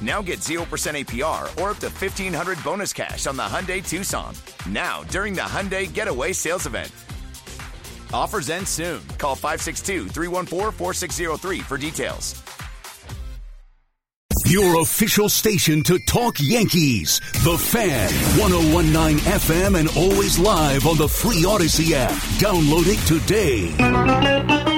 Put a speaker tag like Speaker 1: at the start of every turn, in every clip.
Speaker 1: Now get 0% APR or up to 1500 bonus cash on the Hyundai Tucson. Now, during the Hyundai Getaway Sales Event. Offers end soon. Call 562 314 4603 for details.
Speaker 2: Your official station to talk Yankees. The Fan, 1019 FM, and always live on the free Odyssey app. Download it today.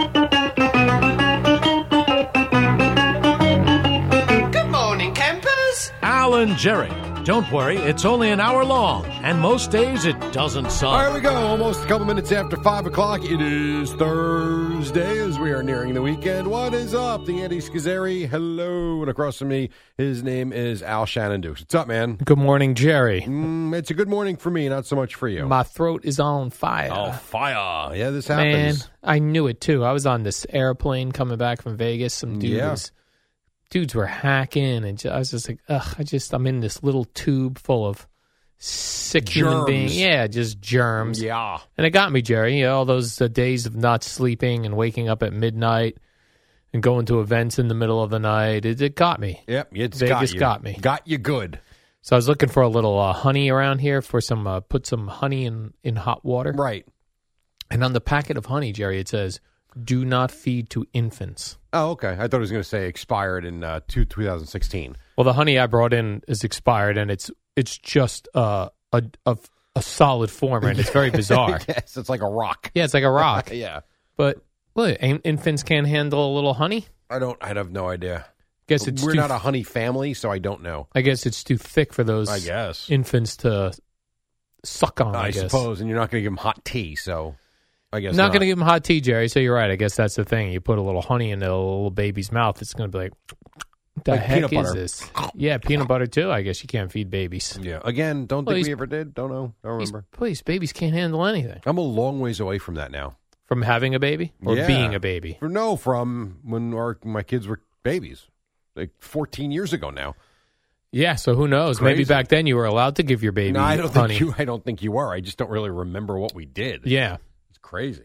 Speaker 3: Good morning, campers.
Speaker 4: Alan Jerry. Don't worry, it's only an hour long, and most days it doesn't suck.
Speaker 5: All right, we go. Almost a couple minutes after 5 o'clock. It is Thursday as we are nearing the weekend. What is up? The Andy Scazzeri. Hello. And across from me, his name is Al Shannon Dukes. What's up, man?
Speaker 6: Good morning, Jerry.
Speaker 5: Mm, it's a good morning for me, not so much for you.
Speaker 6: My throat is on fire.
Speaker 5: oh, fire. Yeah, this
Speaker 6: Man,
Speaker 5: happens.
Speaker 6: I knew it too. I was on this airplane coming back from Vegas. Some dudes,
Speaker 5: Yeah.
Speaker 6: dudes were hacking, and ju- I was just like, ugh. I just, I'm in this little tube full of sick human
Speaker 5: Germs.
Speaker 6: beings. Yeah, just germs.
Speaker 5: Yeah.
Speaker 6: And it got me, Jerry. You know, all those uh, days of not sleeping and waking up at midnight and going to events in the middle of the night. It, it got me.
Speaker 5: Yep, it's
Speaker 6: Vegas
Speaker 5: got, you.
Speaker 6: got me.
Speaker 5: Got you good.
Speaker 6: So I was looking for a little uh, honey around here for some, uh, put some honey in in hot water.
Speaker 5: Right.
Speaker 6: And on the packet of honey, Jerry, it says, "Do not feed to infants."
Speaker 5: Oh, okay. I thought it was going to say expired in uh, two, 2016.
Speaker 6: Well, the honey I brought in is expired, and it's it's just uh, a a a solid form, and it's very bizarre.
Speaker 5: yes, it's like a rock.
Speaker 6: yeah, it's like a rock.
Speaker 5: Yeah.
Speaker 6: But look, in- infants can't handle a little honey.
Speaker 5: I don't, I have no idea.
Speaker 6: Guess it's
Speaker 5: We're
Speaker 6: too,
Speaker 5: not a honey family, so I don't know.
Speaker 6: I guess it's too thick for those
Speaker 5: I guess.
Speaker 6: infants to suck on. I,
Speaker 5: I,
Speaker 6: guess.
Speaker 5: suppose, and you're not going to give them hot tea, so I guess
Speaker 6: not, going to give them hot tea, Jerry. So you're right. I guess that's the thing. You put a little honey in a little baby's mouth, it's going to be like, the
Speaker 5: Like
Speaker 6: heck
Speaker 5: peanut
Speaker 6: is
Speaker 5: butter.
Speaker 6: this? Yeah, peanut butter too. I guess you can't feed babies.
Speaker 5: Yeah, again, don't
Speaker 6: Well,
Speaker 5: think we
Speaker 6: he's-
Speaker 5: ever did. Don't know. Don't
Speaker 6: These-
Speaker 5: remember.
Speaker 6: Please, babies can't handle anything
Speaker 5: I'm a long ways away from that now.
Speaker 6: from having a baby or
Speaker 5: Yeah.
Speaker 6: being a baby.
Speaker 5: For- No, from when our, my kids were babies, like 14 years ago now.
Speaker 6: Yeah, so who knows? Maybe
Speaker 5: Crazy.
Speaker 6: back then you were allowed to give your baby
Speaker 5: no, I don't
Speaker 6: honey.
Speaker 5: think you. I don't think you are. I just don't really remember what we did.
Speaker 6: yeah.
Speaker 5: it's crazy.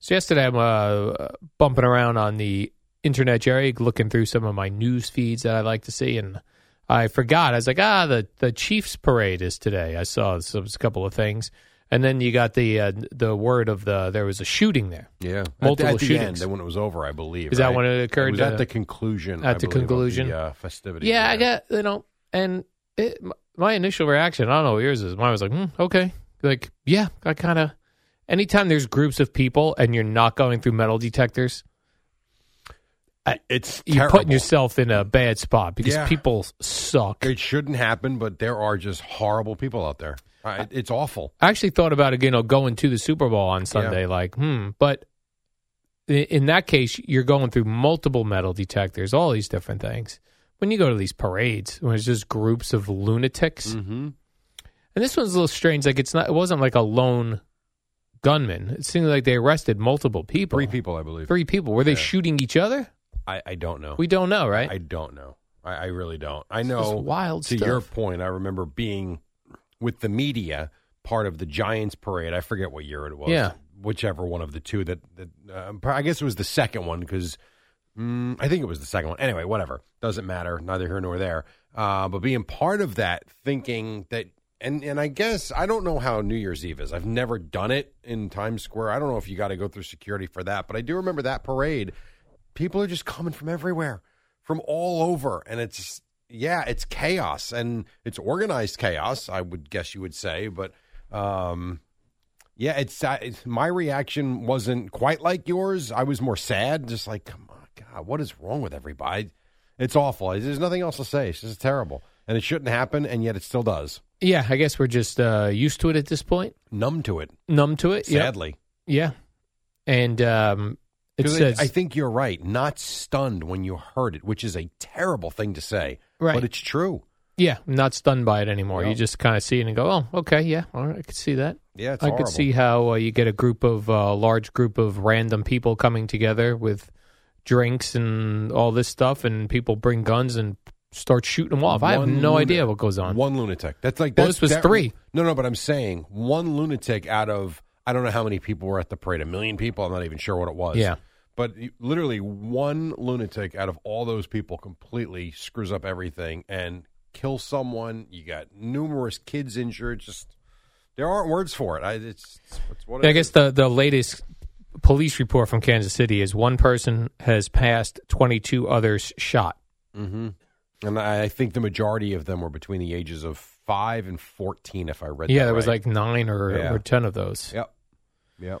Speaker 6: So yesterday I'm uh, bumping around on the internet, Jerry, looking through some of my news feeds that I like to see, and I forgot. I was like, ah, the the Chiefs parade is today. I saw some, a couple of things, and then you got the uh, the word of the there was a shooting there.
Speaker 5: Yeah, At-
Speaker 6: Multiple
Speaker 5: at, the
Speaker 6: shootings.
Speaker 5: end, when it was over, I believe.
Speaker 6: Is that
Speaker 5: right?
Speaker 6: when it occurred,
Speaker 5: was
Speaker 6: uh,
Speaker 5: at the conclusion.
Speaker 6: at
Speaker 5: I
Speaker 6: the
Speaker 5: believe, of
Speaker 6: conclusion?
Speaker 5: the, uh, festivities.
Speaker 6: Yeah, I got you know, and it, m- my initial reaction, I don't know what yours is. Mine was like, hmm, okay, like yeah, I kind of. Anytime there's groups of people and you're not going through metal detectors,
Speaker 5: It's
Speaker 6: you're
Speaker 5: terrible.
Speaker 6: putting yourself in a bad spot because
Speaker 5: Yeah.
Speaker 6: people suck.
Speaker 5: It shouldn't happen, but there are just horrible people out there. I, it's awful.
Speaker 6: I actually thought about you know going to the Super Bowl on Sunday, like hmm, but i- in that case, you're going through multiple metal detectors, all these different things. When you go to these parades, when it's just groups of lunatics,
Speaker 5: Mm-hmm.
Speaker 6: and this one's a little strange. Like it's not, it wasn't like a lone gunman. It seems like they arrested multiple people.
Speaker 5: Three people, I believe.
Speaker 6: Three people. Were they shooting each other?
Speaker 5: I, I don't know.
Speaker 6: We don't know, right?
Speaker 5: I don't know. I, I really don't. I
Speaker 6: This is
Speaker 5: know.
Speaker 6: wild
Speaker 5: To your
Speaker 6: stuff.
Speaker 5: point, I remember being with the media part of the Giants parade. I forget what year it was.
Speaker 6: Yeah.
Speaker 5: Whichever one of the two that, that uh, I guess it was the second one because mm, I think it was the second one. Anyway, whatever. Doesn't matter. Neither here nor there. Uh, but being part of that, thinking that, and, and I guess I don't know how New Year's Eve is. I've never done it in Times Square. I don't know if you got to go through security for that, but I do remember that parade people are just coming from everywhere, from all over, and it's yeah, it's chaos and it's organized chaos. I would guess you would say, but um, yeah, it's, uh, it's my reaction wasn't quite like yours. I was more sad, just like come on, God, what is wrong with everybody? It's awful. There's nothing else to say. It's just terrible, and it shouldn't happen, and yet it still does.
Speaker 6: yeah, I guess we're just uh, used to it at this point,
Speaker 5: Numb to it,
Speaker 6: numb to it. Yep.
Speaker 5: sadly.
Speaker 6: Yeah. And um, it
Speaker 5: 'Cause
Speaker 6: says,
Speaker 5: I, I think you're right. Not stunned when you heard it, which is a terrible thing to say,
Speaker 6: Right.
Speaker 5: but it's true.
Speaker 6: yeah, I'm not stunned by it anymore.
Speaker 5: No.
Speaker 6: You just kind of see it and go, oh, okay, yeah, all right, I could see that.
Speaker 5: Yeah, it's
Speaker 6: I
Speaker 5: horrible.
Speaker 6: could see how uh, you get a group of uh, large group of random people coming together with drinks and all this stuff, and people bring guns and start shooting them off. I have
Speaker 5: One
Speaker 6: no
Speaker 5: luna-
Speaker 6: idea what goes on.
Speaker 5: One lunatic. That's like
Speaker 6: Well,
Speaker 5: that's,
Speaker 6: this was
Speaker 5: that-
Speaker 6: three.
Speaker 5: No, no, but I'm saying one lunatic out of I don't know how many people were at the parade. A million people. I'm not even sure what it was.
Speaker 6: Yeah.
Speaker 5: But you- literally one lunatic out of all those people completely screws up everything and kills someone. You got numerous kids injured. Just there aren't words for it. I, it's, it's what it
Speaker 6: I guess
Speaker 5: is.
Speaker 6: the the latest police report from Kansas City is one person has passed, twenty two others shot.
Speaker 5: and I, I think the majority of them were between the ages of five and fourteen. If I read,
Speaker 6: yeah,
Speaker 5: that
Speaker 6: there was
Speaker 5: right.
Speaker 6: like nine or,
Speaker 5: Yeah.
Speaker 6: or ten of those.
Speaker 5: yep, yep.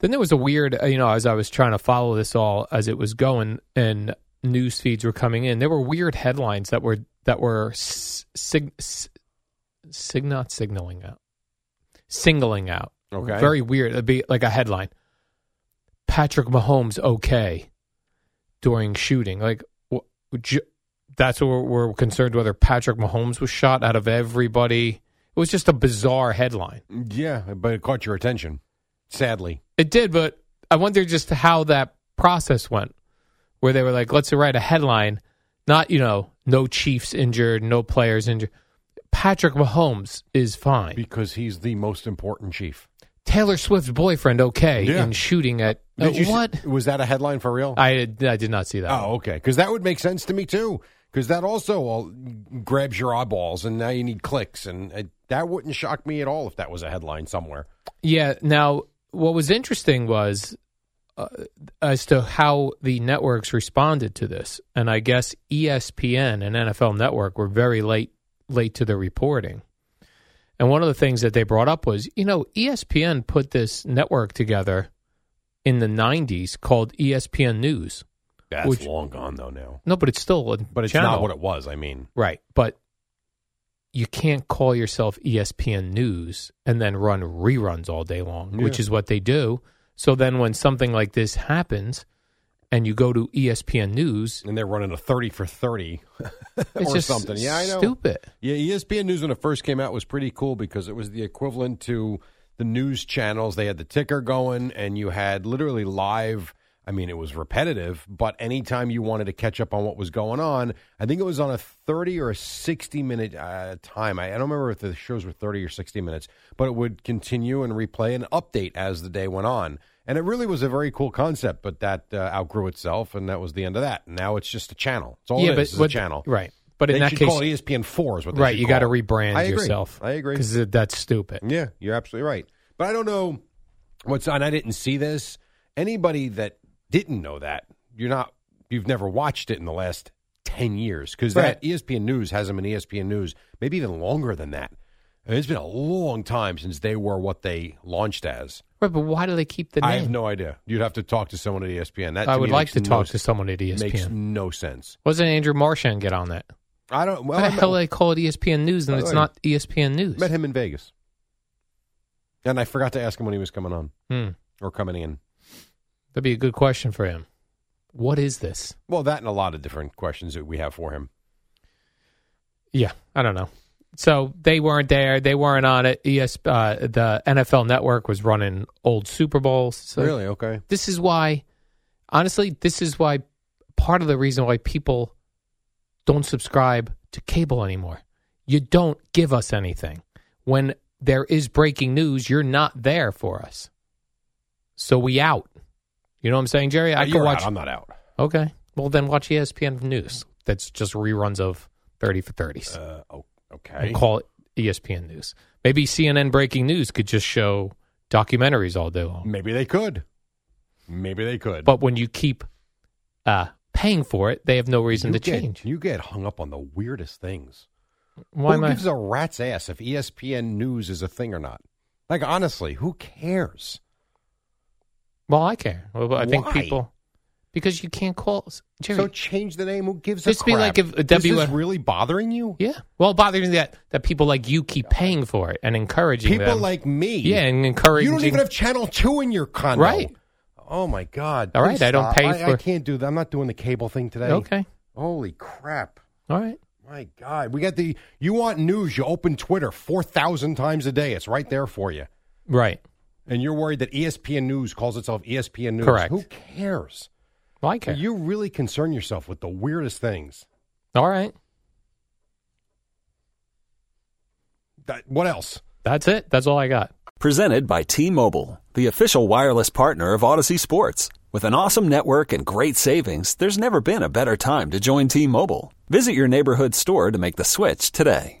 Speaker 6: Then there was a weird, uh, you know, as I was trying to follow this all as it was going and news feeds were coming in, there were weird headlines that were that were s- sig, s- sig not signaling out, singling out.
Speaker 5: Okay.
Speaker 6: Very weird. It'd be like a headline: Patrick Mahomes okay during shooting. Like wh- j- that's what we're, we're concerned whether Patrick Mahomes was shot out of everybody. It was just a bizarre headline.
Speaker 5: Yeah, but it caught your attention. Sadly,
Speaker 6: It did, but I wonder just how that process went, where they were like, let's write a headline, not you know, no Chiefs injured, no players injured. Patrick Mahomes is fine.
Speaker 5: because he's the most important chief.
Speaker 6: Taylor Swift's boyfriend okay
Speaker 5: Yeah.
Speaker 6: in shooting at
Speaker 5: Did
Speaker 6: Uh,
Speaker 5: you see-
Speaker 6: what?
Speaker 5: was that a headline for real?
Speaker 6: I did, I did not see that.
Speaker 5: oh, okay. Because that would make sense to me too. Because that also all grabs your eyeballs, and now you need clicks, and uh that wouldn't shock me at all if that was a headline somewhere.
Speaker 6: Yeah. Now, what was interesting was uh, as to how the networks responded to this, and I guess E ESPN and NFL Network were very late late to the reporting. And one of the things that they brought up was, you know, E ESPN put this network together in the '90s called E ESPN News.
Speaker 5: That's
Speaker 6: Which-
Speaker 5: long gone though now.
Speaker 6: No, but it's still a
Speaker 5: But it's
Speaker 6: channel.
Speaker 5: not what it was. I mean,
Speaker 6: Right. But you can't call yourself E ESPN News and then run reruns all day long,
Speaker 5: Yeah.
Speaker 6: which is what they do. So then when something like this happens and you go to E ESPN News,
Speaker 5: and they're running a thirty for thirty
Speaker 6: it's
Speaker 5: or
Speaker 6: just
Speaker 5: something. Yeah, I know.
Speaker 6: stupid.
Speaker 5: Yeah, E ESPN News when it first came out was pretty cool because it was the equivalent to the news channels. They had the ticker going, and you had literally live. I mean, it was repetitive, but anytime you wanted to catch up on what was going on, I think it was on a 30 or a 60 minute uh, time. I, I don't remember if the shows were 30 or 60 minutes, but it would continue and replay and update as the day went on. And it really was a very cool concept, but that uh, outgrew itself, and that was the end of that. Now it's just a channel. It's all
Speaker 6: Yeah,
Speaker 5: it is,
Speaker 6: but
Speaker 5: is a
Speaker 6: what-
Speaker 5: channel.
Speaker 6: right. But in
Speaker 5: They
Speaker 6: that
Speaker 5: should
Speaker 6: case-
Speaker 5: call it ESPN four is what they
Speaker 6: right,
Speaker 5: should
Speaker 6: you gotta
Speaker 5: call it.
Speaker 6: rebrand
Speaker 5: I agree.
Speaker 6: yourself.
Speaker 5: I agree
Speaker 6: 'Cause that's stupid.
Speaker 5: Yeah, you're absolutely right. But I don't know what's and I didn't see this. Anybody that didn't know that, you're not you've never watched it in the last 10 years cuz that E
Speaker 6: Right.
Speaker 5: ESPN News hasn't been E ESPN News, maybe even longer than that. I mean, it's been a long time since they were what they launched as.
Speaker 6: Right, but why do they keep the name?
Speaker 5: I have no idea. You'd have to talk to someone at E ESPN. That
Speaker 6: I
Speaker 5: me,
Speaker 6: would like
Speaker 5: makes
Speaker 6: to
Speaker 5: no
Speaker 6: talk
Speaker 5: s-
Speaker 6: to someone at E ESPN.
Speaker 5: Makes no sense.
Speaker 6: Wasn't Andrew Marchand get on that?
Speaker 5: I don't. Well,
Speaker 6: Why
Speaker 5: I
Speaker 6: the
Speaker 5: met-
Speaker 6: hell do they call it E ESPN News
Speaker 5: By
Speaker 6: and
Speaker 5: the
Speaker 6: it's
Speaker 5: way-
Speaker 6: not E ESPN News?
Speaker 5: Met him in Vegas. And I forgot to ask him when he was coming on
Speaker 6: Hmm.
Speaker 5: or coming in.
Speaker 6: That'd be a good question for him. What is this?
Speaker 5: Well, that and a lot of different questions that we have for him.
Speaker 6: Yeah, I don't know. So they weren't there. They weren't on it. ES, uh, the NFL Network was running old Super Bowls. So
Speaker 5: really? Okay.
Speaker 6: This is why, honestly, this is why part of the reason why people don't subscribe to cable anymore. You don't give us anything. When there is breaking news, you're not there for us. So we out. You know what I'm saying, Jerry?
Speaker 5: Uh,
Speaker 6: I
Speaker 5: you're
Speaker 6: can
Speaker 5: out.
Speaker 6: watch.
Speaker 5: I'm not out.
Speaker 6: Okay. Well, then watch E ESPN News. That's just reruns of 30 for 30s.
Speaker 5: Uh, oh, okay.
Speaker 6: And call E it ESPN News. Maybe CNN Breaking News could just show documentaries all day long.
Speaker 5: Maybe they could. Maybe they could.
Speaker 6: But when you keep uh, paying for it, they have no reason
Speaker 5: You
Speaker 6: to
Speaker 5: get-
Speaker 6: change.
Speaker 5: You get hung up on the weirdest things.
Speaker 6: Why am
Speaker 5: who
Speaker 6: I?
Speaker 5: gives a rat's ass if E ESPN News is a thing or not? Like honestly, who cares?
Speaker 6: Well, I care. Well, I think
Speaker 5: Why?
Speaker 6: people because you can't call Jerry.
Speaker 5: So change the name. Who gives
Speaker 6: This
Speaker 5: a
Speaker 6: be
Speaker 5: crap?
Speaker 6: like if a
Speaker 5: This is
Speaker 6: WF
Speaker 5: really bothering you?
Speaker 6: yeah. Well, it bothers me that that people like you keep paying for it and encouraging
Speaker 5: People
Speaker 6: them.
Speaker 5: like me.
Speaker 6: yeah, and encouraging.
Speaker 5: You don't even have Channel Two in your condo,
Speaker 6: Right.
Speaker 5: Oh my God!
Speaker 6: All right,
Speaker 5: please
Speaker 6: I don't
Speaker 5: stop.
Speaker 6: pay
Speaker 5: I, I
Speaker 6: for-
Speaker 5: can't do that. I'm not doing the cable thing today.
Speaker 6: okay.
Speaker 5: Holy crap!
Speaker 6: All right.
Speaker 5: My God, we got the. You want news? You open Twitter four thousand times a day. It's right there for you,
Speaker 6: Right.
Speaker 5: and you're worried that E ESPN News calls itself E ESPN News.
Speaker 6: Correct.
Speaker 5: Who cares?
Speaker 6: Well, I care.
Speaker 5: You really concern yourself with the weirdest things.
Speaker 6: All right.
Speaker 5: That, what else?
Speaker 6: That's it. That's all I got.
Speaker 7: Presented by T Mobile, the official wireless partner of Odyssey Sports. With an awesome network and great savings, there's never been a better time to join T Mobile. Visit your neighborhood store to make the switch today.